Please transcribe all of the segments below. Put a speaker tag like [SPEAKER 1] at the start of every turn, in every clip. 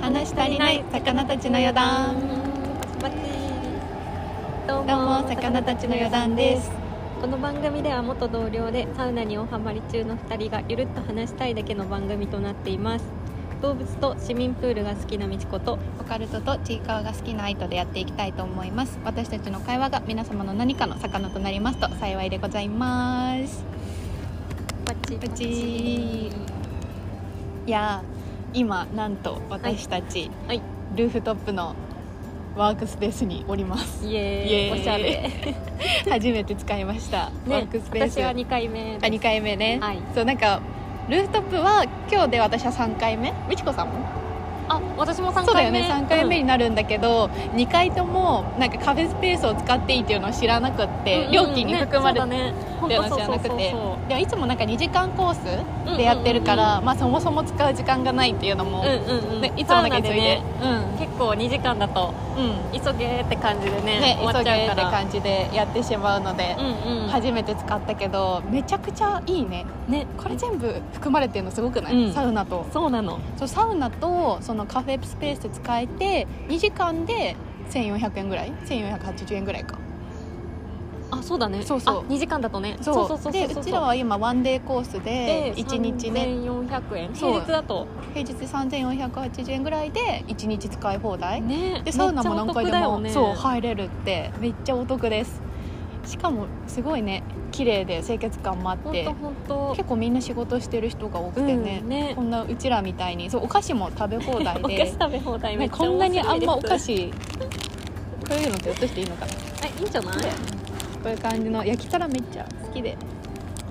[SPEAKER 1] 話足りない魚たちの余談
[SPEAKER 2] どう
[SPEAKER 1] どうも魚たちの余談です
[SPEAKER 2] この番組では元同僚でサウナにおはまり中の2人がゆるっと話したいだけの番組となっています動物と市民プールが好きなみちこと
[SPEAKER 1] オカルトとちいかわが好きな愛とでやっていきたいと思います私たちの会話が皆様の何かの魚となりますと幸いでございます
[SPEAKER 2] パチ
[SPEAKER 1] パチいやー今なんと私たち、
[SPEAKER 2] はい
[SPEAKER 1] ルーフトップのワークスペースにおり ます
[SPEAKER 2] イエーイ
[SPEAKER 1] イエーイ
[SPEAKER 2] おしゃれ、
[SPEAKER 1] 初めて使いました、ワー
[SPEAKER 2] ね
[SPEAKER 1] クス、ペース
[SPEAKER 2] 私は2回目
[SPEAKER 1] あ2回目ね、
[SPEAKER 2] はい
[SPEAKER 1] そうなんかルーフトップは今日で私は3回目みちこさんも
[SPEAKER 2] あ私も3回目
[SPEAKER 1] そうだよね3回目
[SPEAKER 2] う
[SPEAKER 1] に
[SPEAKER 2] ん
[SPEAKER 1] なるんだけど、2回ともなんかカフェスペースを使っていいっていうのを知らなくって、
[SPEAKER 2] うん
[SPEAKER 1] 料金に含まれてる
[SPEAKER 2] ねそ
[SPEAKER 1] っ
[SPEAKER 2] う
[SPEAKER 1] てい
[SPEAKER 2] だ
[SPEAKER 1] う
[SPEAKER 2] ね
[SPEAKER 1] のを知らなくて
[SPEAKER 2] ほんとそうそうそう
[SPEAKER 1] でもいつもなんか2時間コー
[SPEAKER 2] うんうんうん
[SPEAKER 1] スでやってるから、まあ、そもそも使う時間がないっていうのも、
[SPEAKER 2] そううんうんうん
[SPEAKER 1] ねいつもなんか急い
[SPEAKER 2] サ
[SPEAKER 1] で
[SPEAKER 2] ウナ結構2時間だと
[SPEAKER 1] うん、うん
[SPEAKER 2] 急げって感じでね
[SPEAKER 1] ね、
[SPEAKER 2] 終
[SPEAKER 1] 急
[SPEAKER 2] わっち
[SPEAKER 1] げ
[SPEAKER 2] ゃ
[SPEAKER 1] っ
[SPEAKER 2] う
[SPEAKER 1] て
[SPEAKER 2] から
[SPEAKER 1] 感じでやってしまうので、
[SPEAKER 2] うんうん
[SPEAKER 1] 初めて使ったけどめちゃくちゃいいね
[SPEAKER 2] ね
[SPEAKER 1] これ全部含まれてるのすごくない、
[SPEAKER 2] うん
[SPEAKER 1] サウナと
[SPEAKER 2] そうなの
[SPEAKER 1] そうサウナとそのカフェスペースで使えて2時間で1400円ぐらい1480円ぐらいか
[SPEAKER 2] あそうだね
[SPEAKER 1] そうそう
[SPEAKER 2] 2時間だとね
[SPEAKER 1] そうでうちらは今ワンデーコースで1日ね
[SPEAKER 2] 1400円
[SPEAKER 1] そう
[SPEAKER 2] 平日だと
[SPEAKER 1] 平日3480円ぐらいで1日使い放題、
[SPEAKER 2] ね
[SPEAKER 1] でサウナも何回でも、
[SPEAKER 2] めっちゃ
[SPEAKER 1] そう
[SPEAKER 2] お得だよね
[SPEAKER 1] 入れるってめっちゃお得ですしかもすごいね綺麗で清潔感もあっ
[SPEAKER 2] ほん
[SPEAKER 1] て
[SPEAKER 2] とほんと
[SPEAKER 1] 結構みんな仕事してる人が多くてね,、
[SPEAKER 2] うんね
[SPEAKER 1] こんなうちらみたいにそうお菓子も食べ放題
[SPEAKER 2] お菓子
[SPEAKER 1] で、
[SPEAKER 2] 食べ放題め
[SPEAKER 1] ね、
[SPEAKER 2] っちゃ
[SPEAKER 1] こんなにあんまお菓
[SPEAKER 2] 子
[SPEAKER 1] 子こういうのって落としていいのかなこ
[SPEAKER 2] いいんじゃない
[SPEAKER 1] ういう感じの焼き皿めっちゃ好きで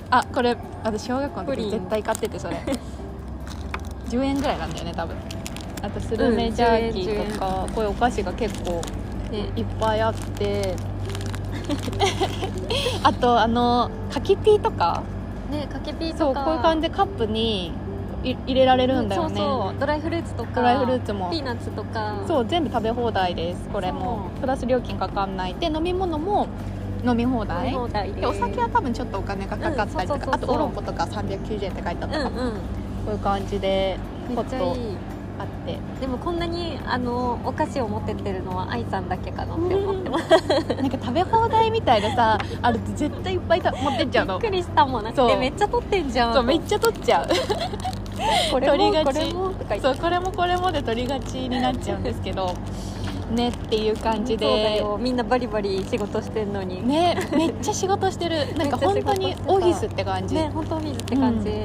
[SPEAKER 1] あこれ私小学校の
[SPEAKER 2] プリ
[SPEAKER 1] 時
[SPEAKER 2] ン
[SPEAKER 1] 絶対買ってて それ10円ぐらいなんだよね多分あとスルメジャーキーとか、こういうお菓子が結構
[SPEAKER 2] ね
[SPEAKER 1] いっぱいあって あとあの柿ピーとか
[SPEAKER 2] ねかけピー
[SPEAKER 1] そ
[SPEAKER 2] と
[SPEAKER 1] う
[SPEAKER 2] か
[SPEAKER 1] こういう感じでカップにい入れられるんだよね、
[SPEAKER 2] そうそうドライフルーツとか
[SPEAKER 1] ドライフルーツも
[SPEAKER 2] ピーナッツとか
[SPEAKER 1] そう全部食べ放題ですこれもプラス料金かかんないで飲み物も飲み放
[SPEAKER 2] 食べ
[SPEAKER 1] 題
[SPEAKER 2] 放題
[SPEAKER 1] でお酒は多分ちょっとお金がかかったりとか、
[SPEAKER 2] うんそうそうそう
[SPEAKER 1] あとおろことか390円って書いてあったか
[SPEAKER 2] うん
[SPEAKER 1] ら、こ
[SPEAKER 2] うん
[SPEAKER 1] ういう感じで
[SPEAKER 2] めっちゃ
[SPEAKER 1] ポッ
[SPEAKER 2] い
[SPEAKER 1] と
[SPEAKER 2] い
[SPEAKER 1] あっ
[SPEAKER 2] でもこんなにあのお菓子を持ってってるのは愛さんだけかなって思ってます
[SPEAKER 1] てなんか食べ放題みたいでさあると絶対いっぱいた持ってっちゃう
[SPEAKER 2] びっ
[SPEAKER 1] の
[SPEAKER 2] くりしたもんな
[SPEAKER 1] そう
[SPEAKER 2] えめっちゃ撮ってんじゃん
[SPEAKER 1] そうめっちゃ取っちゃう
[SPEAKER 2] これ
[SPEAKER 1] 撮り
[SPEAKER 2] も
[SPEAKER 1] がち
[SPEAKER 2] これもとか言って
[SPEAKER 1] そうこれもこれもで取りがちになっちゃうんですけどねっていう感じ
[SPEAKER 2] そうだ
[SPEAKER 1] で
[SPEAKER 2] よみんなバリバリ仕事してんのにね
[SPEAKER 1] ねめっちゃ仕事してるなんか本当にオフィスって感じ、
[SPEAKER 2] 本当水って感じ、
[SPEAKER 1] う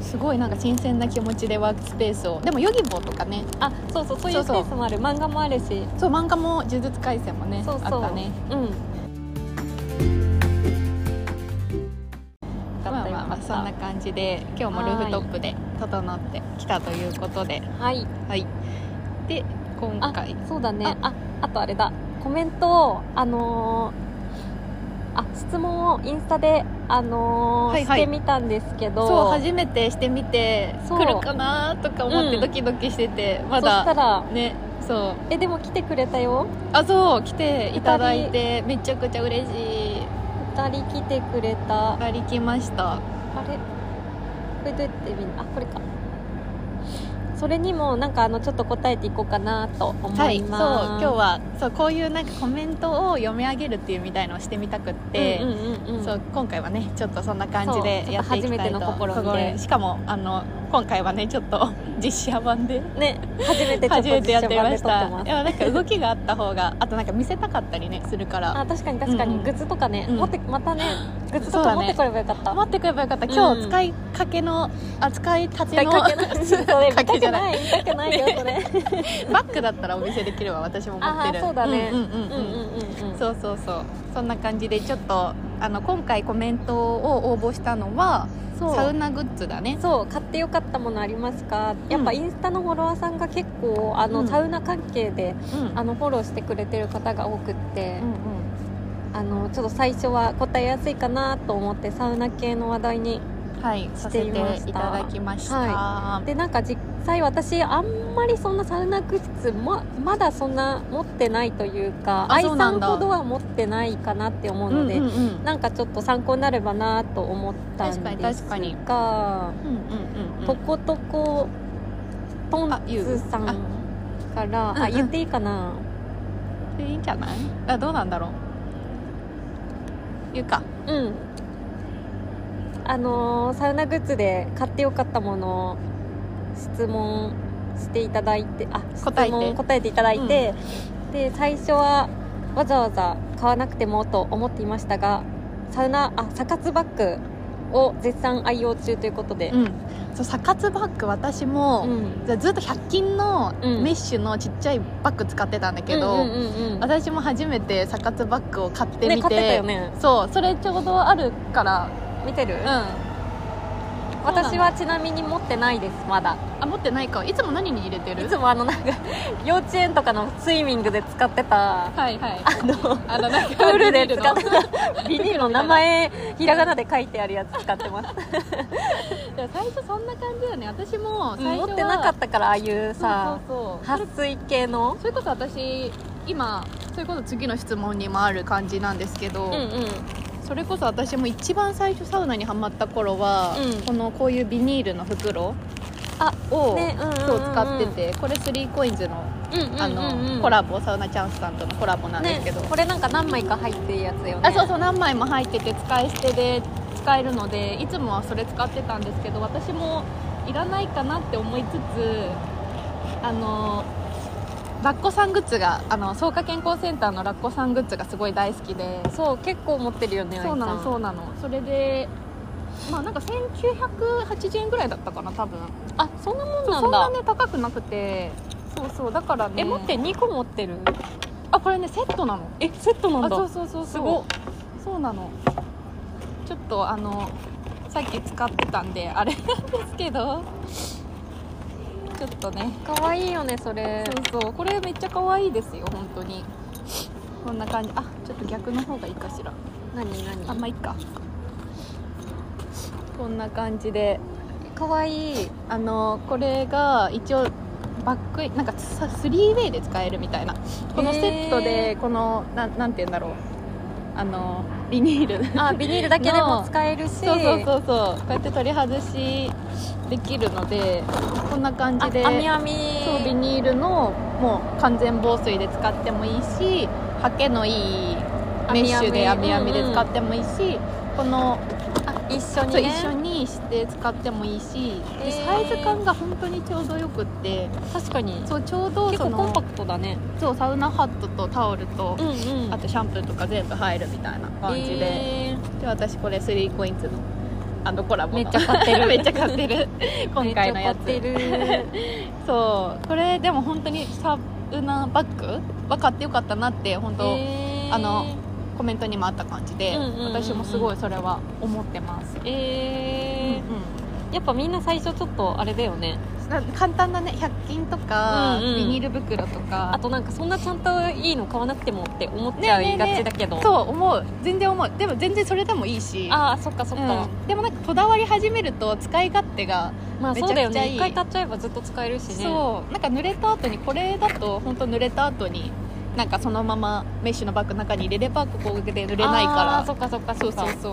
[SPEAKER 1] すごいなんか新鮮な気持ちでワークスペースをでもヨギボーとかね
[SPEAKER 2] あそうそうそういうスペースもある漫画もあるし
[SPEAKER 1] そう漫画も呪術廻戦もね
[SPEAKER 2] そうそう
[SPEAKER 1] あったね
[SPEAKER 2] うん
[SPEAKER 1] まあまあまあそんな感じで今日もルーフトップで整ってきたということで
[SPEAKER 2] はい
[SPEAKER 1] はいで今
[SPEAKER 2] あ
[SPEAKER 1] 回
[SPEAKER 2] そうだねああとあれだコメントをあのーあ質問をインスタで、あのー
[SPEAKER 1] はいはい
[SPEAKER 2] してみたんですけど
[SPEAKER 1] そう初めてしてみて
[SPEAKER 2] そう
[SPEAKER 1] 来るかなとか思って
[SPEAKER 2] うん
[SPEAKER 1] ドキドキしてて、ま
[SPEAKER 2] そし
[SPEAKER 1] だ
[SPEAKER 2] たら
[SPEAKER 1] ねそう
[SPEAKER 2] えでも来てくれたよ
[SPEAKER 1] あそう来ていただいてめちゃくちゃ嬉しい
[SPEAKER 2] 2人来てくれたあ
[SPEAKER 1] 2人来ました
[SPEAKER 2] れこれどうやって見るあこれかそれにもなんかあのちょっと答えていこうかなと思います、
[SPEAKER 1] はい、そう今日はそうこういうなんかコメントを読み上げるっていうみたいのをしてみたくって、
[SPEAKER 2] うんうんうんうん
[SPEAKER 1] そう今回はねちょっとそんな感じ
[SPEAKER 2] そ
[SPEAKER 1] で
[SPEAKER 2] う
[SPEAKER 1] やっていきたいと
[SPEAKER 2] ちょっと初めての試みで
[SPEAKER 1] そうしかもあの今回はねちょっと 実写版で
[SPEAKER 2] ね初めてちょっ
[SPEAKER 1] 初
[SPEAKER 2] と
[SPEAKER 1] めてやってみま
[SPEAKER 2] 実
[SPEAKER 1] し
[SPEAKER 2] 写版
[SPEAKER 1] た
[SPEAKER 2] で撮ってま
[SPEAKER 1] い
[SPEAKER 2] す
[SPEAKER 1] やなんか動きがあった方があとなんか見せたかったりねするか
[SPEAKER 2] あ
[SPEAKER 1] ら
[SPEAKER 2] 確かに確かに、
[SPEAKER 1] うんうん
[SPEAKER 2] グッズとかね、
[SPEAKER 1] うん
[SPEAKER 2] 持ってまたねグッズ
[SPEAKER 1] そ
[SPEAKER 2] と
[SPEAKER 1] うだ
[SPEAKER 2] か
[SPEAKER 1] ね
[SPEAKER 2] 持ってこればよかった、
[SPEAKER 1] 持ってくればよかった今
[SPEAKER 2] うん
[SPEAKER 1] 日使いかけの、あ使い たて
[SPEAKER 2] 使い
[SPEAKER 1] の
[SPEAKER 2] かけないそれ見た
[SPEAKER 1] かけ
[SPEAKER 2] く
[SPEAKER 1] じゃな
[SPEAKER 2] ない見たくないよそれ、
[SPEAKER 1] バッグだったらお見せできれば私も持ってる
[SPEAKER 2] あーそうだね
[SPEAKER 1] うんうん
[SPEAKER 2] う
[SPEAKER 1] うん
[SPEAKER 2] んう
[SPEAKER 1] うんん
[SPEAKER 2] うんうん
[SPEAKER 1] そうそうそうそんな感じでちょっとあの今回コメントを応募したのは
[SPEAKER 2] そう
[SPEAKER 1] サウナグッズだね
[SPEAKER 2] そう買ってよかったものありますか、やっぱインスタのフォロワーさんが結構あの、
[SPEAKER 1] うん
[SPEAKER 2] サウナ関係で
[SPEAKER 1] うん
[SPEAKER 2] あのフォローしてくれてる方が多くって、
[SPEAKER 1] うん
[SPEAKER 2] あのちょっと最初は答えやすいかなと思ってサウナ系の話題に
[SPEAKER 1] うんはいさせていただきました
[SPEAKER 2] でなんか実際私あんまりそんなサウナグッズままだそんな持ってないというか
[SPEAKER 1] あ
[SPEAKER 2] 愛
[SPEAKER 1] そうな
[SPEAKER 2] さ
[SPEAKER 1] ん
[SPEAKER 2] ん
[SPEAKER 1] だ
[SPEAKER 2] ほどは持ってないかなって思うので、
[SPEAKER 1] うんうんうん
[SPEAKER 2] なんかちょっと参考になればなと思ったんです
[SPEAKER 1] 確かに確
[SPEAKER 2] が
[SPEAKER 1] うんうんうんうん
[SPEAKER 2] とことことん
[SPEAKER 1] あゆう
[SPEAKER 2] つさんから、
[SPEAKER 1] うんう
[SPEAKER 2] あ
[SPEAKER 1] ん
[SPEAKER 2] 言っていいかな、
[SPEAKER 1] それいいんじゃないあどうなんだろう言うか
[SPEAKER 2] うんあのーサウナグッズで買ってよかったものを質問していただいてあ質
[SPEAKER 1] 答えて
[SPEAKER 2] 問答えていただいて、で最初はわざわざ買わなくてもと思っていましたがサウナあサカツバッグを絶賛愛用中ということで、
[SPEAKER 1] うんそうサカツバッグ私
[SPEAKER 2] う
[SPEAKER 1] も、
[SPEAKER 2] ん
[SPEAKER 1] ずっと100均の
[SPEAKER 2] うん
[SPEAKER 1] メッシュのちっちゃいバッグ使ってたんだけど、
[SPEAKER 2] うんうんうんうん
[SPEAKER 1] 私も初めてサカツバッグを買ってみて,、
[SPEAKER 2] ね買ってたよね
[SPEAKER 1] そうそれちょうどあるから
[SPEAKER 2] 見てる、
[SPEAKER 1] うんあ
[SPEAKER 2] 私はちなみに持ってないですまだ
[SPEAKER 1] 持ってないかいつも何に入れてる
[SPEAKER 2] いつもあのなん か幼稚園とかのスイミングで使ってた
[SPEAKER 1] はいはい
[SPEAKER 2] あ の
[SPEAKER 1] あのなん
[SPEAKER 2] プ
[SPEAKER 1] か
[SPEAKER 2] ールで使っ
[SPEAKER 1] ビニ
[SPEAKER 2] て
[SPEAKER 1] ルの
[SPEAKER 2] た ビニールの名前ひらがなで書いてあるやつ使ってます
[SPEAKER 1] でも最初そんな感じよね私も最初は
[SPEAKER 2] 持ってなかったからああいうさ
[SPEAKER 1] そうそうそう
[SPEAKER 2] 撥水系の
[SPEAKER 1] それこそ私今それこそ次の質問にもある感じなんですけど、
[SPEAKER 2] うん
[SPEAKER 1] それこそ私も一番最初サウナにハマった頃は、
[SPEAKER 2] うん
[SPEAKER 1] このこういうビニールの袋
[SPEAKER 2] あ
[SPEAKER 1] を、
[SPEAKER 2] ねうんうんうんうん
[SPEAKER 1] そう使っててこれ 3COINS のあの、コラボサウナチャンスさんとのコラボなんですけど、
[SPEAKER 2] ね、これなんか何枚か入ってるやつよね
[SPEAKER 1] あそうそう何枚も入ってて使い捨てで使えるのでいつもはそれ使ってたんですけど私もいらないかなって思いつつあのラッコさんグッズがあの草加健康センターのラッコさんグッズがすごい大好きで
[SPEAKER 2] そう結構持ってるよね
[SPEAKER 1] そうなの
[SPEAKER 2] う
[SPEAKER 1] そうなのそれでまあなんか1980円ぐらいだったかな多分
[SPEAKER 2] あそんなもん
[SPEAKER 1] そ
[SPEAKER 2] なん
[SPEAKER 1] んな
[SPEAKER 2] だ
[SPEAKER 1] ね高くなくてそうそうだからね
[SPEAKER 2] え持って2個持ってる
[SPEAKER 1] あこれねセットなの
[SPEAKER 2] えセットな
[SPEAKER 1] あ
[SPEAKER 2] んだ
[SPEAKER 1] そうそうそうそう
[SPEAKER 2] すごっ
[SPEAKER 1] そうなのちょっとあのさっき使ってたんであれなんですけどちょっとね
[SPEAKER 2] かわいいよねそれ
[SPEAKER 1] そうそうこれめっちゃ可愛いですよ本当にこんな感じあちょっと逆の方がいいかしら
[SPEAKER 2] 何何
[SPEAKER 1] あんまあいいかこんな感じで
[SPEAKER 2] かわいい
[SPEAKER 1] あのこれが一応バックインなんかさ 3way で使えるみたいなこのセット
[SPEAKER 2] へ
[SPEAKER 1] でこのなんなんて言うんだろうあのビニール
[SPEAKER 2] あビニールだけでも使えるし
[SPEAKER 1] そうそうそうそうこうやって取り外しできるのでこんな感じで
[SPEAKER 2] あ網網
[SPEAKER 1] そうビニールのもう完全防水で使ってもいいしハケのいいメッシュで
[SPEAKER 2] 網
[SPEAKER 1] 網
[SPEAKER 2] 網
[SPEAKER 1] 網で使ってもいいし、この
[SPEAKER 2] あ一緒に
[SPEAKER 1] そう
[SPEAKER 2] ね
[SPEAKER 1] 一緒にして使ってもいいし、
[SPEAKER 2] へ
[SPEAKER 1] で
[SPEAKER 2] ー
[SPEAKER 1] サイズ感が本当にちょうどよくって
[SPEAKER 2] 確かに
[SPEAKER 1] そうちょうど
[SPEAKER 2] 結
[SPEAKER 1] そ
[SPEAKER 2] 構
[SPEAKER 1] の
[SPEAKER 2] コンパクトだね
[SPEAKER 1] そうサウナハットとタオルと、
[SPEAKER 2] んうん
[SPEAKER 1] あとシャンプーとか全部入るみたいな感じで。
[SPEAKER 2] え
[SPEAKER 1] で私これ3コインズのあのコラボの
[SPEAKER 2] めっちゃ買ってる
[SPEAKER 1] めっちゃ買ってる
[SPEAKER 2] ー
[SPEAKER 1] 今回のやつ
[SPEAKER 2] めっ ちゃ買ってる
[SPEAKER 1] そうこれでも本当にサウナバッグは買ってよかったなって本当、
[SPEAKER 2] えー
[SPEAKER 1] あのコメントにもあった感じで、
[SPEAKER 2] うんうんうんうん
[SPEAKER 1] 私もすごいそれは思ってます、
[SPEAKER 2] え
[SPEAKER 1] うん
[SPEAKER 2] ーやっぱみんな最初ちょっとあれだよね
[SPEAKER 1] な簡単なね100均とか、
[SPEAKER 2] うんうん
[SPEAKER 1] ビニール袋とか
[SPEAKER 2] あとなんかそんなちゃんといいの買わなくてもって思っちゃ
[SPEAKER 1] ねえ
[SPEAKER 2] い
[SPEAKER 1] ね
[SPEAKER 2] が
[SPEAKER 1] えねえ
[SPEAKER 2] ちだけど、
[SPEAKER 1] そう思う全然思うでも全然それでもいいし
[SPEAKER 2] ああそっかそっか、
[SPEAKER 1] うんでもなんかこだわり始めると使い勝手が
[SPEAKER 2] まあ
[SPEAKER 1] めち
[SPEAKER 2] そ
[SPEAKER 1] ゃ
[SPEAKER 2] う
[SPEAKER 1] くち
[SPEAKER 2] だ
[SPEAKER 1] ゃいい
[SPEAKER 2] よね一回買っちゃえばずっと使えるしね
[SPEAKER 1] そうなんか濡れた後にこれだと本当濡れた後になんかそのままメッシュのバッグの中に入れればここで濡れないか
[SPEAKER 2] あーそ
[SPEAKER 1] ら
[SPEAKER 2] っかそっか
[SPEAKER 1] そ
[SPEAKER 2] そうっか
[SPEAKER 1] そうそう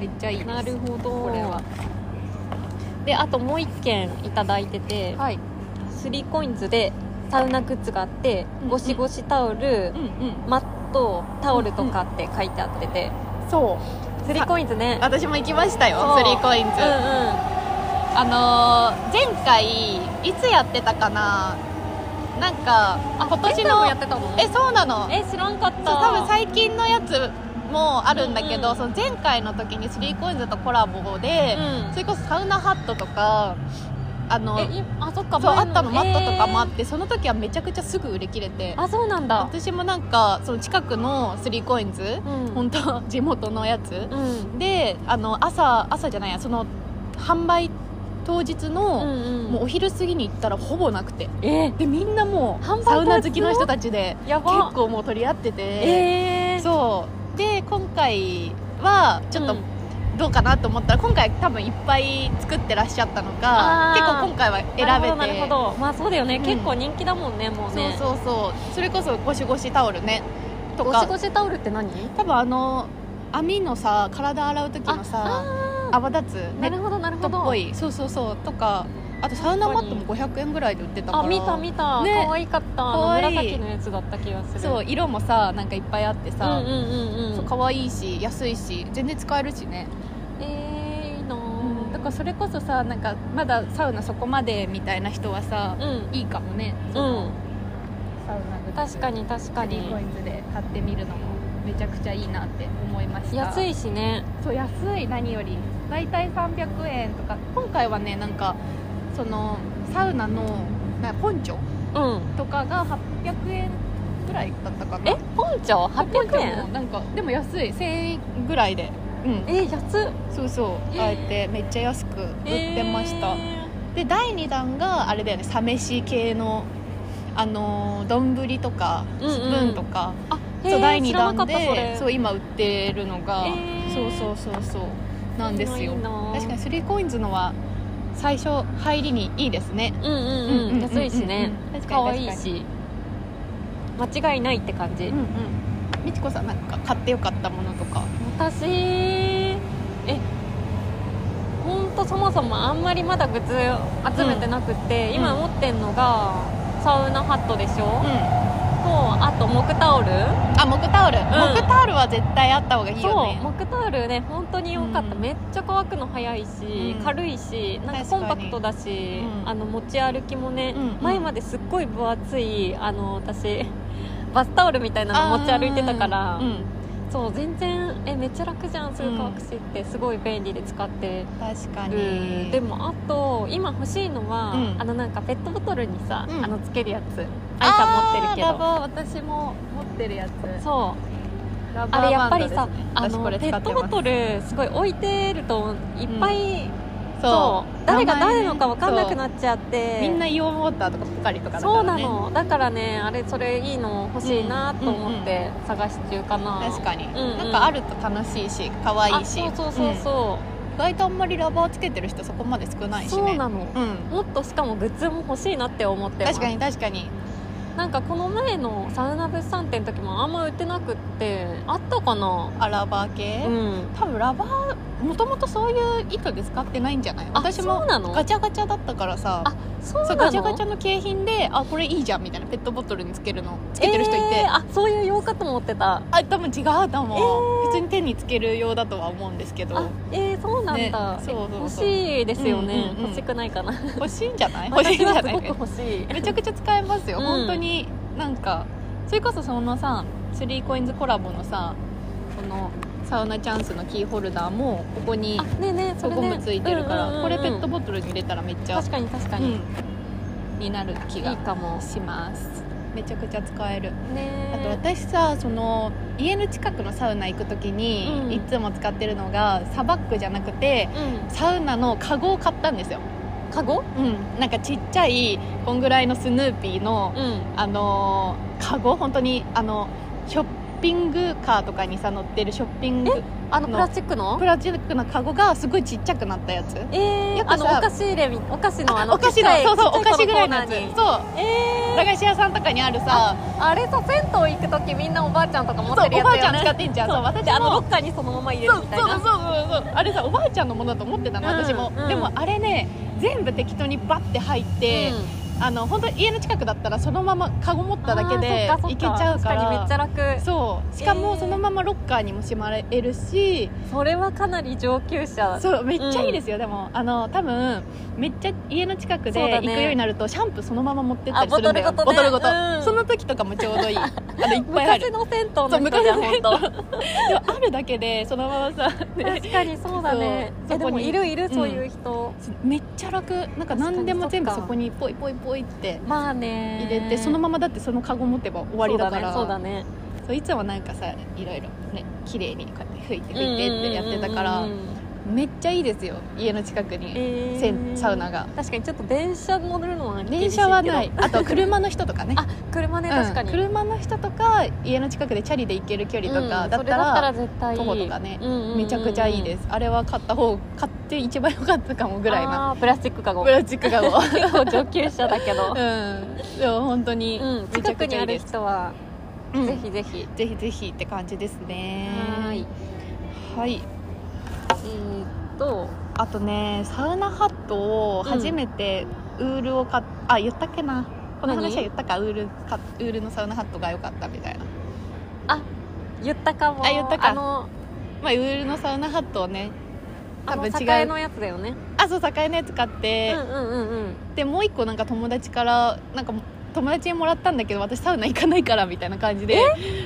[SPEAKER 1] めっちゃいいです
[SPEAKER 2] なるほど
[SPEAKER 1] これは
[SPEAKER 2] であともう一件いただいてて、
[SPEAKER 1] はい
[SPEAKER 2] スリーコインズでサウナグッズがあって、
[SPEAKER 1] うん
[SPEAKER 2] ゴシゴシタオル
[SPEAKER 1] うん、うん
[SPEAKER 2] マットタオルとかって書いてあってて、
[SPEAKER 1] そう
[SPEAKER 2] スリーコインズね
[SPEAKER 1] 私も行きましたよ
[SPEAKER 2] そう
[SPEAKER 1] スリーコインズ、
[SPEAKER 2] うんうん
[SPEAKER 1] あのー前回いつやってたかななんか今年
[SPEAKER 2] 前回もや
[SPEAKER 1] の
[SPEAKER 2] ってたの
[SPEAKER 1] えそうなの
[SPEAKER 2] え知らんかった
[SPEAKER 1] そう多分最近のやつもあるんだけど、
[SPEAKER 2] うんうん
[SPEAKER 1] その前回の時にスリーコインズとコラボで、
[SPEAKER 2] うん
[SPEAKER 1] それこそサウナハットとかあの
[SPEAKER 2] えいあそっか
[SPEAKER 1] そうあったのマ
[SPEAKER 2] 前
[SPEAKER 1] ットとかもあっ
[SPEAKER 2] え
[SPEAKER 1] て、その時はめちゃくちゃすぐ売り切れて
[SPEAKER 2] ーあそうなんだ
[SPEAKER 1] 私もなんかその近くの 3COINS
[SPEAKER 2] うん
[SPEAKER 1] 本当地元のやつ
[SPEAKER 2] うんうん
[SPEAKER 1] であの朝朝じゃないやその販売当日の、
[SPEAKER 2] うん
[SPEAKER 1] もうお昼過ぎに行ったらほぼなくて
[SPEAKER 2] え
[SPEAKER 1] でみんなもう
[SPEAKER 2] 販売当日
[SPEAKER 1] サウナ好きの人たちで
[SPEAKER 2] やば
[SPEAKER 1] 結構もう取り合ってて、
[SPEAKER 2] えー
[SPEAKER 1] そうで今回はちょっと
[SPEAKER 2] うん
[SPEAKER 1] どうかなと思ったら今回多分いっぱい作ってらっしゃったの
[SPEAKER 2] あー
[SPEAKER 1] か結構今回は選べて
[SPEAKER 2] なるほどなるほどまあそうだよね、
[SPEAKER 1] うん
[SPEAKER 2] 結構人気だもんねもうね
[SPEAKER 1] そうそうそうそれこそゴシゴシタオルねと
[SPEAKER 2] ゴシ
[SPEAKER 1] か
[SPEAKER 2] ゴシタオルって何
[SPEAKER 1] 多分あの網のさ体洗う時のさ泡立つ
[SPEAKER 2] な
[SPEAKER 1] ネ
[SPEAKER 2] る
[SPEAKER 1] ッ
[SPEAKER 2] ほどなるほ
[SPEAKER 1] トっ
[SPEAKER 2] ど
[SPEAKER 1] ぽいそうそうそうとか
[SPEAKER 3] あとサウナマットも500円ぐらいで売ってたから
[SPEAKER 2] あ見た見た、
[SPEAKER 1] ね
[SPEAKER 2] 可愛かったあ
[SPEAKER 1] 可
[SPEAKER 2] の
[SPEAKER 1] 愛い
[SPEAKER 2] 紫のやつだった気がする
[SPEAKER 1] そう色もさなんかいっぱいあって
[SPEAKER 2] うん
[SPEAKER 1] さ、
[SPEAKER 2] うんうんうん
[SPEAKER 1] そう可愛いし安いし全然使えるしね、
[SPEAKER 2] えー、いいな
[SPEAKER 1] うん、だ
[SPEAKER 2] ー
[SPEAKER 1] からそれこそさなんかまだサウナそこまでみたいな人はさ、
[SPEAKER 2] うん
[SPEAKER 1] いいかもねそ
[SPEAKER 2] うん
[SPEAKER 1] のサウナグッズ
[SPEAKER 2] 確かに確か
[SPEAKER 1] 3
[SPEAKER 2] に
[SPEAKER 1] コインズで買ってみるのもめちゃくちゃいいなって思いました
[SPEAKER 2] 安いしね
[SPEAKER 1] そう安い何よりだいたい300円とか今回はねなんかそのサウナのなポンチョ
[SPEAKER 2] うん
[SPEAKER 1] とかが800円ぐらいだったかな
[SPEAKER 2] えポンチョ
[SPEAKER 1] ポンチ
[SPEAKER 2] 800
[SPEAKER 1] ョも
[SPEAKER 2] 円
[SPEAKER 1] なんかでも安い1000円ぐらいでうん
[SPEAKER 2] えー、安っ
[SPEAKER 1] そうそうあえてめっちゃ安く売ってました、
[SPEAKER 2] え
[SPEAKER 1] で第2弾があれだよねサ飯系のあのー丼とかスプ
[SPEAKER 2] うんうん
[SPEAKER 1] ーンとか、
[SPEAKER 2] ーあへー
[SPEAKER 1] そう第2
[SPEAKER 2] 知らなか
[SPEAKER 1] 弾
[SPEAKER 2] っ
[SPEAKER 1] で
[SPEAKER 2] たそれ
[SPEAKER 1] そう今売ってるのが、
[SPEAKER 2] えー
[SPEAKER 1] そうそうそうそうなんですよ
[SPEAKER 2] いいな
[SPEAKER 1] 確かに 3COINS のは最初入りにいいですね
[SPEAKER 2] うんうんうん、安いしね、
[SPEAKER 1] うんうん確かに確かに
[SPEAKER 2] 可愛いし間違いないって感じ、
[SPEAKER 1] うんうんみちこさんなんか買ってよかったものとか
[SPEAKER 2] 私えほんとそもそもあんまりまだグッズ集めてなくて、
[SPEAKER 1] ん
[SPEAKER 2] 今持ってんのがサウナハットでしょ、
[SPEAKER 1] うん
[SPEAKER 2] とあと木タオル
[SPEAKER 1] あ木タオル、
[SPEAKER 2] ん
[SPEAKER 1] 木タオルは絶対あった方がいいよ
[SPEAKER 2] そう
[SPEAKER 1] ね
[SPEAKER 2] 木タオルね本当に良かった、
[SPEAKER 1] うん
[SPEAKER 2] めっちゃ乾くの早いし、
[SPEAKER 1] うん
[SPEAKER 2] 軽いしなんか
[SPEAKER 1] 確か
[SPEAKER 2] コン
[SPEAKER 1] に
[SPEAKER 2] パクトだし、
[SPEAKER 1] うん
[SPEAKER 2] あの持ち歩きもね、
[SPEAKER 1] うんうん
[SPEAKER 2] 前まですっごい分厚いあの私バスタオルみたいなの持ち歩いてたから、
[SPEAKER 1] あーうん
[SPEAKER 2] そう全然えめっちゃ楽じゃんすぐ乾くしって、すごい便利で使って
[SPEAKER 1] 確か
[SPEAKER 2] る
[SPEAKER 1] に
[SPEAKER 2] でもあと今欲しいのは、
[SPEAKER 1] うん
[SPEAKER 2] あのなんかペットボトルにさ、
[SPEAKER 1] うん
[SPEAKER 2] あのつけるやつ
[SPEAKER 1] あ
[SPEAKER 2] 愛さん持ってるけ
[SPEAKER 1] ラ
[SPEAKER 2] ど
[SPEAKER 1] バー私も持ってるやつ
[SPEAKER 2] そう
[SPEAKER 1] ラバ
[SPEAKER 2] あれ
[SPEAKER 1] ー
[SPEAKER 2] や
[SPEAKER 1] バ
[SPEAKER 2] っ
[SPEAKER 1] ン
[SPEAKER 2] ぱ
[SPEAKER 1] ド
[SPEAKER 2] りさ、
[SPEAKER 1] ですね
[SPEAKER 2] あ
[SPEAKER 1] 私
[SPEAKER 2] の
[SPEAKER 1] これ
[SPEAKER 2] ペ
[SPEAKER 1] 使
[SPEAKER 2] ッ
[SPEAKER 1] って
[SPEAKER 2] ト
[SPEAKER 1] ま
[SPEAKER 2] ボ
[SPEAKER 1] す
[SPEAKER 2] トルすごい置いてるといっぱい、
[SPEAKER 1] そ
[SPEAKER 2] そうう誰が誰のか分かんなく
[SPEAKER 1] っ
[SPEAKER 2] なっちゃって、
[SPEAKER 1] みんなイオンウォーターとかポカリとかだからね
[SPEAKER 2] そうなのだからねあれそれいいの欲しいなと思って探し中かな、
[SPEAKER 1] 確かに、
[SPEAKER 2] んうん
[SPEAKER 1] なんかあると楽しいし可愛いし
[SPEAKER 2] あそうそうそうそ
[SPEAKER 1] うん意外とあんまりラバーつけてる人そこまで少
[SPEAKER 2] う、
[SPEAKER 1] ないしね
[SPEAKER 2] そうなの、
[SPEAKER 1] うん
[SPEAKER 2] もっとしかもグッズも欲しいなって思ってます
[SPEAKER 1] 確かに確かに
[SPEAKER 2] なんかこの前のサウナ物産展の時もあんま売ってなくってあったかな
[SPEAKER 1] あラバー系、
[SPEAKER 2] うん
[SPEAKER 1] 多分ラバーもともとそういう糸で使ってないんじゃない
[SPEAKER 2] あ
[SPEAKER 1] 私
[SPEAKER 2] そう
[SPEAKER 1] も
[SPEAKER 2] なの
[SPEAKER 1] ガチャガチャだったからさ
[SPEAKER 2] あそうな
[SPEAKER 1] そう
[SPEAKER 2] の
[SPEAKER 1] ガチャガチャの景品であこれいいじゃんみたいなペットボトルにつけるのつけてる人いて、
[SPEAKER 2] えーあそういう用かと思ってた
[SPEAKER 1] あ多分違うと思う、普通に手につける用だとは思うんですけ
[SPEAKER 2] あ
[SPEAKER 1] ど
[SPEAKER 2] えー、そうなんだ、
[SPEAKER 1] ねそうそうそう
[SPEAKER 2] 欲しいですよね、
[SPEAKER 1] うんうんうん
[SPEAKER 2] 欲しくないかな
[SPEAKER 1] 欲しいんじゃない 欲しいん
[SPEAKER 2] 私
[SPEAKER 1] じ
[SPEAKER 2] は
[SPEAKER 1] ゃ
[SPEAKER 2] す
[SPEAKER 1] な
[SPEAKER 2] ご
[SPEAKER 1] い
[SPEAKER 2] く 欲しい
[SPEAKER 1] めちゃくちゃ使えますよ、
[SPEAKER 2] うん
[SPEAKER 1] 本当になんかそれこそそのさ 3COINS コラボのさこのサウナチャンスのキーホルダーもここに
[SPEAKER 2] あねえねえそ
[SPEAKER 1] ゴ
[SPEAKER 2] れね
[SPEAKER 1] ムついてるから、
[SPEAKER 2] うんうんうん
[SPEAKER 1] これペットボトルに入れたらめっちゃ
[SPEAKER 2] 確かに確かに、
[SPEAKER 1] うんになる気
[SPEAKER 2] いい
[SPEAKER 1] が
[SPEAKER 2] かも
[SPEAKER 1] しますめちゃくちゃ使える
[SPEAKER 2] ね
[SPEAKER 1] あと私さその家の近くのサウナ行く時に、
[SPEAKER 2] うん
[SPEAKER 1] いつも使ってるのがサバッグじゃなくて
[SPEAKER 2] うん
[SPEAKER 1] サウナのカゴを買ったんですよ、
[SPEAKER 2] カゴ
[SPEAKER 1] うん、なんかちっちゃいこんぐらいのスヌーピーの
[SPEAKER 2] うん
[SPEAKER 1] あのーカゴ本当にあのショッピングカーとかにさ乗ってるショッピング
[SPEAKER 2] あの
[SPEAKER 1] の
[SPEAKER 2] プラスチックの
[SPEAKER 1] プラスチックのカゴがすごいちっちゃくなったやつ
[SPEAKER 2] えー
[SPEAKER 1] よ、くさ
[SPEAKER 2] あのお菓子入れみお菓子のあの
[SPEAKER 1] お菓子
[SPEAKER 2] ちっちゃい
[SPEAKER 1] のそうそうお
[SPEAKER 2] ちっち
[SPEAKER 1] 菓
[SPEAKER 2] ゃ
[SPEAKER 1] 子
[SPEAKER 2] い
[SPEAKER 1] ぐ
[SPEAKER 2] 子
[SPEAKER 1] ら
[SPEAKER 2] の
[SPEAKER 1] いのやつ
[SPEAKER 2] コーナーに
[SPEAKER 1] そう
[SPEAKER 2] え
[SPEAKER 1] 駄菓子屋さんとかにあるさ
[SPEAKER 2] ー、あれさ銭湯行く時みんなおばあちゃんとか持って
[SPEAKER 1] そう
[SPEAKER 2] るや
[SPEAKER 1] お
[SPEAKER 2] つよ
[SPEAKER 1] ばあち
[SPEAKER 2] ね
[SPEAKER 1] ゃん使ってんじゃんそう私
[SPEAKER 2] であのロ
[SPEAKER 1] も
[SPEAKER 2] ッカーにそのまま入れ
[SPEAKER 1] そ
[SPEAKER 2] る
[SPEAKER 1] うそう
[SPEAKER 2] み
[SPEAKER 1] そうそ
[SPEAKER 2] たい
[SPEAKER 1] う
[SPEAKER 2] な
[SPEAKER 1] そうあれさおばあちゃんのものだと思ってたの
[SPEAKER 2] うん
[SPEAKER 1] 私も、
[SPEAKER 2] うん
[SPEAKER 1] でもあれね全部適当にバッて入って、あの本当に家の近くだったらそのままカゴ持っただけで
[SPEAKER 2] あーそっかそっか
[SPEAKER 1] 行けちゃうから
[SPEAKER 2] 確かにめっちゃ楽
[SPEAKER 1] そうしかもそのままロッカーにもしまれるし、
[SPEAKER 2] それはかなり上級者
[SPEAKER 1] そうめっちゃいいですよ、でもあの多分めっちゃ家の近くで
[SPEAKER 2] そうだ
[SPEAKER 1] 行
[SPEAKER 2] ね
[SPEAKER 1] くようになると、シャンプーそのまま持ってったりするんだよ
[SPEAKER 2] あボトルごとねうん
[SPEAKER 1] その時とかもちょうどいいあのいっぱいあ
[SPEAKER 2] 昔
[SPEAKER 1] る
[SPEAKER 2] の銭湯の人じゃ
[SPEAKER 1] そう
[SPEAKER 2] ん
[SPEAKER 1] 昔
[SPEAKER 2] 本当
[SPEAKER 1] でもあるだけでそのままさ、ね
[SPEAKER 2] 確かにそうだね
[SPEAKER 1] そうそ
[SPEAKER 2] えで
[SPEAKER 1] こ
[SPEAKER 2] も
[SPEAKER 1] に
[SPEAKER 2] いるいる
[SPEAKER 1] ん
[SPEAKER 2] そういう人、
[SPEAKER 1] めっちゃ楽なんか何でも全部
[SPEAKER 2] 確かにそっか
[SPEAKER 1] そこにポイポイポイって
[SPEAKER 2] まあね
[SPEAKER 1] 入れてそのままだってそのカゴ持てば終わりだから
[SPEAKER 2] そうだね
[SPEAKER 1] そういつもなんかさいろいろね綺麗にこうやって拭いて
[SPEAKER 2] そうだね
[SPEAKER 1] 拭いてってやってたから、
[SPEAKER 2] うんうんうんうん
[SPEAKER 1] めっちゃいいですよ家の近くに、
[SPEAKER 2] えー
[SPEAKER 1] せんサウナが
[SPEAKER 2] 確かにちょっと電車乗るのは厳しいけ
[SPEAKER 1] 電
[SPEAKER 2] ど
[SPEAKER 1] 車はないあと車の人とかね
[SPEAKER 2] あ車ね確かに、
[SPEAKER 1] うん車の人とか家の近くでチャリで行ける距離とかだ
[SPEAKER 2] うんそ
[SPEAKER 1] っ
[SPEAKER 2] れ
[SPEAKER 1] た
[SPEAKER 2] だっ
[SPEAKER 1] ら
[SPEAKER 2] たら絶対いい
[SPEAKER 1] 徒歩とかね
[SPEAKER 2] うんうんうん
[SPEAKER 1] めちゃくちゃいいですあれは買った方買って一番良かったかもぐらいな
[SPEAKER 2] あープラスチックかご
[SPEAKER 1] プラスチックが も
[SPEAKER 2] 結構上級者だけど
[SPEAKER 1] う、んでも本当に
[SPEAKER 2] うん、
[SPEAKER 1] めちゃ
[SPEAKER 2] 近く
[SPEAKER 1] くち
[SPEAKER 2] に
[SPEAKER 1] ゃい
[SPEAKER 2] あ
[SPEAKER 1] い
[SPEAKER 2] る
[SPEAKER 1] です
[SPEAKER 2] 人は、
[SPEAKER 1] うん
[SPEAKER 2] ぜひぜひ
[SPEAKER 1] ぜひぜひって感じですね
[SPEAKER 2] はーい
[SPEAKER 1] はい
[SPEAKER 2] えーっと
[SPEAKER 1] あとねサウナハットを初めてウールを買っ、あ言ったっけなこの
[SPEAKER 2] 何
[SPEAKER 1] 話は言ったかウールかウールのサウナハットが良かったみたいな
[SPEAKER 2] 言ったかも
[SPEAKER 1] あ言ったか
[SPEAKER 2] あの
[SPEAKER 1] まあウールのサウナハットをね
[SPEAKER 2] あ
[SPEAKER 1] 多
[SPEAKER 2] の
[SPEAKER 1] 分違う
[SPEAKER 2] 栄のやつだよね
[SPEAKER 1] あそう栄のやつ買っ
[SPEAKER 2] うん
[SPEAKER 1] て、
[SPEAKER 2] うんうんうん
[SPEAKER 1] でもう一個なんか友達からなんか友達にもらったんだけど私サウナ行かないからみたいな感じで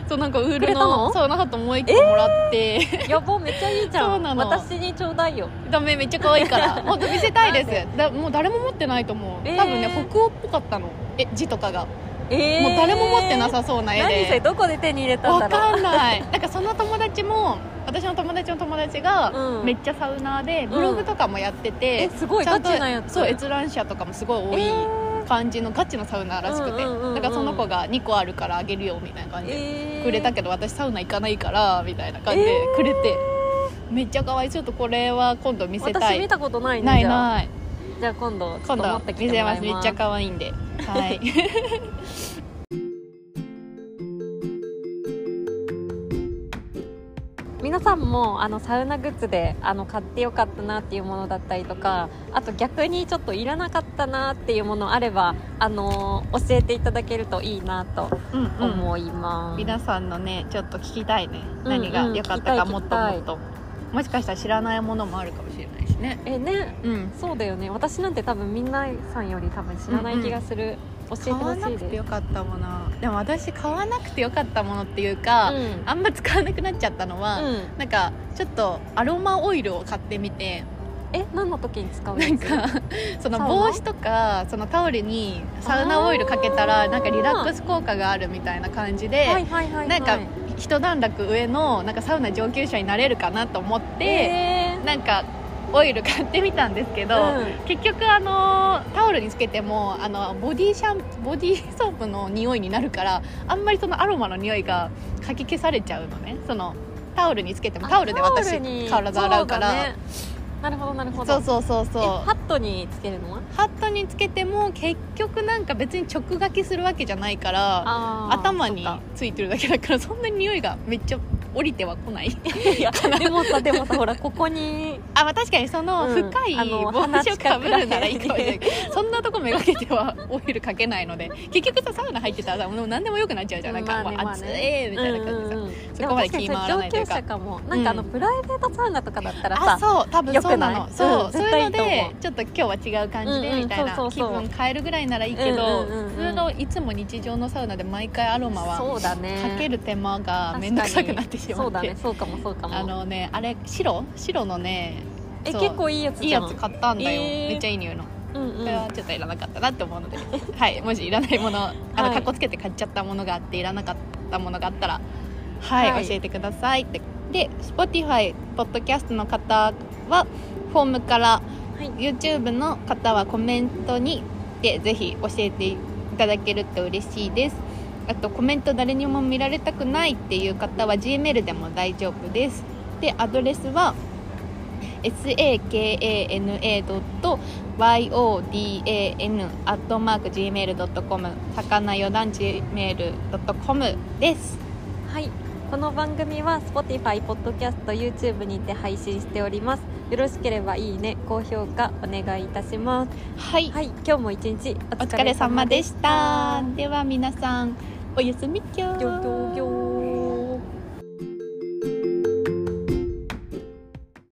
[SPEAKER 1] そうなんかウー
[SPEAKER 2] くれ
[SPEAKER 1] ル
[SPEAKER 2] たの
[SPEAKER 1] のサウナハットもう一個もらって、
[SPEAKER 2] 予防めっちゃいいじゃん
[SPEAKER 1] そうなの
[SPEAKER 2] 私にちょうだいよ
[SPEAKER 1] ダメめっちゃ可愛いから 本当見せたい
[SPEAKER 2] な
[SPEAKER 1] ですだもう誰も持ってないと思う、
[SPEAKER 2] えー
[SPEAKER 1] 多分ね北欧っぽかったのえ字とかが、
[SPEAKER 2] えー
[SPEAKER 1] もう誰も持ってなさそうな絵
[SPEAKER 2] 何それ
[SPEAKER 1] で
[SPEAKER 2] どこで手に入れたんだ
[SPEAKER 1] わ
[SPEAKER 2] ろう
[SPEAKER 1] かんないなんかその友達も私の友達の友達が
[SPEAKER 2] うん
[SPEAKER 1] めっちゃサウナーで
[SPEAKER 2] ん
[SPEAKER 1] ブログとかもやってて、
[SPEAKER 2] えすごい
[SPEAKER 1] ちゃ
[SPEAKER 2] ガ
[SPEAKER 1] んと
[SPEAKER 2] チなやつ
[SPEAKER 1] そう閲覧者とかもすごい
[SPEAKER 2] え
[SPEAKER 1] 多い感じのガチのサウナーらしくて、
[SPEAKER 2] うんうんうんうん
[SPEAKER 1] だからその子が2個あるからあげるよみたいな感じで
[SPEAKER 2] えー
[SPEAKER 1] くれたけど私サウナ行かないからみたいな感じでくれて、めっちゃ可愛いちょっとこれは今度見せた
[SPEAKER 2] 私
[SPEAKER 1] い
[SPEAKER 2] 見たことないね
[SPEAKER 1] ない
[SPEAKER 2] じゃあ
[SPEAKER 1] ない
[SPEAKER 2] じゃあ今度ち
[SPEAKER 1] 今
[SPEAKER 2] ょっと持っ
[SPEAKER 1] 度
[SPEAKER 2] てきて
[SPEAKER 1] 見
[SPEAKER 2] も
[SPEAKER 1] せ
[SPEAKER 2] ら
[SPEAKER 1] ま
[SPEAKER 2] い
[SPEAKER 1] すめっ
[SPEAKER 2] ます
[SPEAKER 1] ちゃ可愛いんではい
[SPEAKER 2] 皆さんもあのサウナグッズであの買ってよかったなっていうものだったりとかあと逆にちょっといらなかったなっていうものあればあのー教えていただけるといいなと
[SPEAKER 1] うんうん
[SPEAKER 2] 思います、
[SPEAKER 1] 皆さんのねちょっと聞きたいね
[SPEAKER 2] ん
[SPEAKER 1] 何が良かったか
[SPEAKER 2] うん
[SPEAKER 1] もっともっともしかしたら知らないものもあるかもしれないしね
[SPEAKER 2] えね
[SPEAKER 1] うん
[SPEAKER 2] そうだよね私なんて多分みんなさんより多分知らない気がする、教
[SPEAKER 1] 買
[SPEAKER 2] えて
[SPEAKER 1] わな
[SPEAKER 2] ほしい
[SPEAKER 1] くて
[SPEAKER 2] です
[SPEAKER 1] よかったものでも私買わなくてよかったものっていうか、
[SPEAKER 2] うん
[SPEAKER 1] あんま使わなくなっちゃったのは、
[SPEAKER 2] うん、
[SPEAKER 1] なんかちょっとアロマオイルを買ってみて
[SPEAKER 2] え何の時に使うや
[SPEAKER 1] なん
[SPEAKER 2] つ
[SPEAKER 1] かその
[SPEAKER 2] サウナ
[SPEAKER 1] 帽子とかそのタオルにサウナオイルかけた
[SPEAKER 2] あ
[SPEAKER 1] ら
[SPEAKER 2] ー
[SPEAKER 1] なんかリラックス効果があるみたいな感じで、
[SPEAKER 2] はいはいはいはい
[SPEAKER 1] なんか一段落上のなんかサウナ上級者になれるかなと思って、
[SPEAKER 2] えー
[SPEAKER 1] なんかオイル買ってみたんですけど、
[SPEAKER 2] うん
[SPEAKER 1] 結局あのタオルにつけてもあのボディシャンボディソープの匂いになるからあんまりそのアロマの匂いがかき消されちゃうのねそのタオルにつけてもタオルで
[SPEAKER 2] タ
[SPEAKER 1] 私
[SPEAKER 2] オルに
[SPEAKER 1] 体洗うから
[SPEAKER 2] そだねなるほどなるほど
[SPEAKER 1] そうそうそうそう
[SPEAKER 2] えハットにつけるのは
[SPEAKER 1] ハットにつけても結局なんか別に直書きするわけじゃないから
[SPEAKER 2] あー
[SPEAKER 1] 頭に
[SPEAKER 2] そっか
[SPEAKER 1] ついてるだけだからそんなに匂いがめっちゃ降りてはこない
[SPEAKER 2] い やでもさでもさほらここに
[SPEAKER 1] あ、まあ、確かにその
[SPEAKER 2] うん
[SPEAKER 1] 深い
[SPEAKER 2] あの
[SPEAKER 1] 帽子をかぶるならいいかもしれない
[SPEAKER 2] 鼻近く
[SPEAKER 1] けどそんなとこめがけてはオイルかけないので 結局さサウナ入ってたらさもう何でもよくなっちゃうじゃんなんか、
[SPEAKER 2] まあね
[SPEAKER 1] もう
[SPEAKER 2] まあ
[SPEAKER 1] 暑
[SPEAKER 2] ね
[SPEAKER 1] いみたいな感じでさ、
[SPEAKER 2] うんうんうん
[SPEAKER 1] そこまで気
[SPEAKER 2] も
[SPEAKER 1] 回らないという
[SPEAKER 2] 確かにそれ上級
[SPEAKER 1] か
[SPEAKER 2] 者かもなんかあの、
[SPEAKER 1] うん
[SPEAKER 2] プライベートサウナとかだったら
[SPEAKER 1] あ
[SPEAKER 2] さ
[SPEAKER 1] そう多分そうな
[SPEAKER 2] よくな
[SPEAKER 1] の
[SPEAKER 2] い
[SPEAKER 1] そう、
[SPEAKER 2] うん
[SPEAKER 1] そう
[SPEAKER 2] 絶
[SPEAKER 1] いう
[SPEAKER 2] 対い
[SPEAKER 1] の
[SPEAKER 2] いと思う
[SPEAKER 1] でちょっと今日は違う感じ
[SPEAKER 2] うんう
[SPEAKER 1] で
[SPEAKER 2] ん
[SPEAKER 1] みたいな、
[SPEAKER 2] そうそうそう
[SPEAKER 1] 気分変えるぐらいならいいけど、
[SPEAKER 2] うんうんうんうん
[SPEAKER 1] 普通のいつも日常のサウナで毎回アロマは
[SPEAKER 2] そうだね
[SPEAKER 1] かける手間が
[SPEAKER 2] 確かに
[SPEAKER 1] 面倒くさくなってしまって
[SPEAKER 2] そうだねそうかもそうかも
[SPEAKER 1] あのねあれ白白のね
[SPEAKER 2] え
[SPEAKER 1] そう
[SPEAKER 2] 結構いいやつ
[SPEAKER 1] いい
[SPEAKER 2] じゃ
[SPEAKER 1] や
[SPEAKER 2] ん
[SPEAKER 1] つ買ったんだよ、
[SPEAKER 2] えー
[SPEAKER 1] めっちゃいい匂いのこ
[SPEAKER 2] うんうん
[SPEAKER 1] れはちょっといらなかったなって思うので、はいもしいらないものあの、
[SPEAKER 2] はい
[SPEAKER 1] かっこつけて買っちゃったものがあっていらなかったものがあったらはい、
[SPEAKER 2] はい
[SPEAKER 1] 教えてくださいってで Spotify ポッドキャストの方はフォームから
[SPEAKER 2] はい
[SPEAKER 1] YouTube の方はコメントにでぜひ教えていただけると嬉しいですあとコメント誰にも見られたくないっていう方は Gmail でも大丈夫ですでアドレスは sakana.yodan.gmail.com 魚よだん gmail.com です
[SPEAKER 2] はいこの番組は Spotify、Podcast、YouTube にて配信しておりますよろしければいいね、高評価お願いいたします
[SPEAKER 1] はい、
[SPEAKER 2] はい、今日も一日お
[SPEAKER 1] お疲れ様でしたでは皆さんおやすみきょ
[SPEAKER 2] ぎょぎょぎょ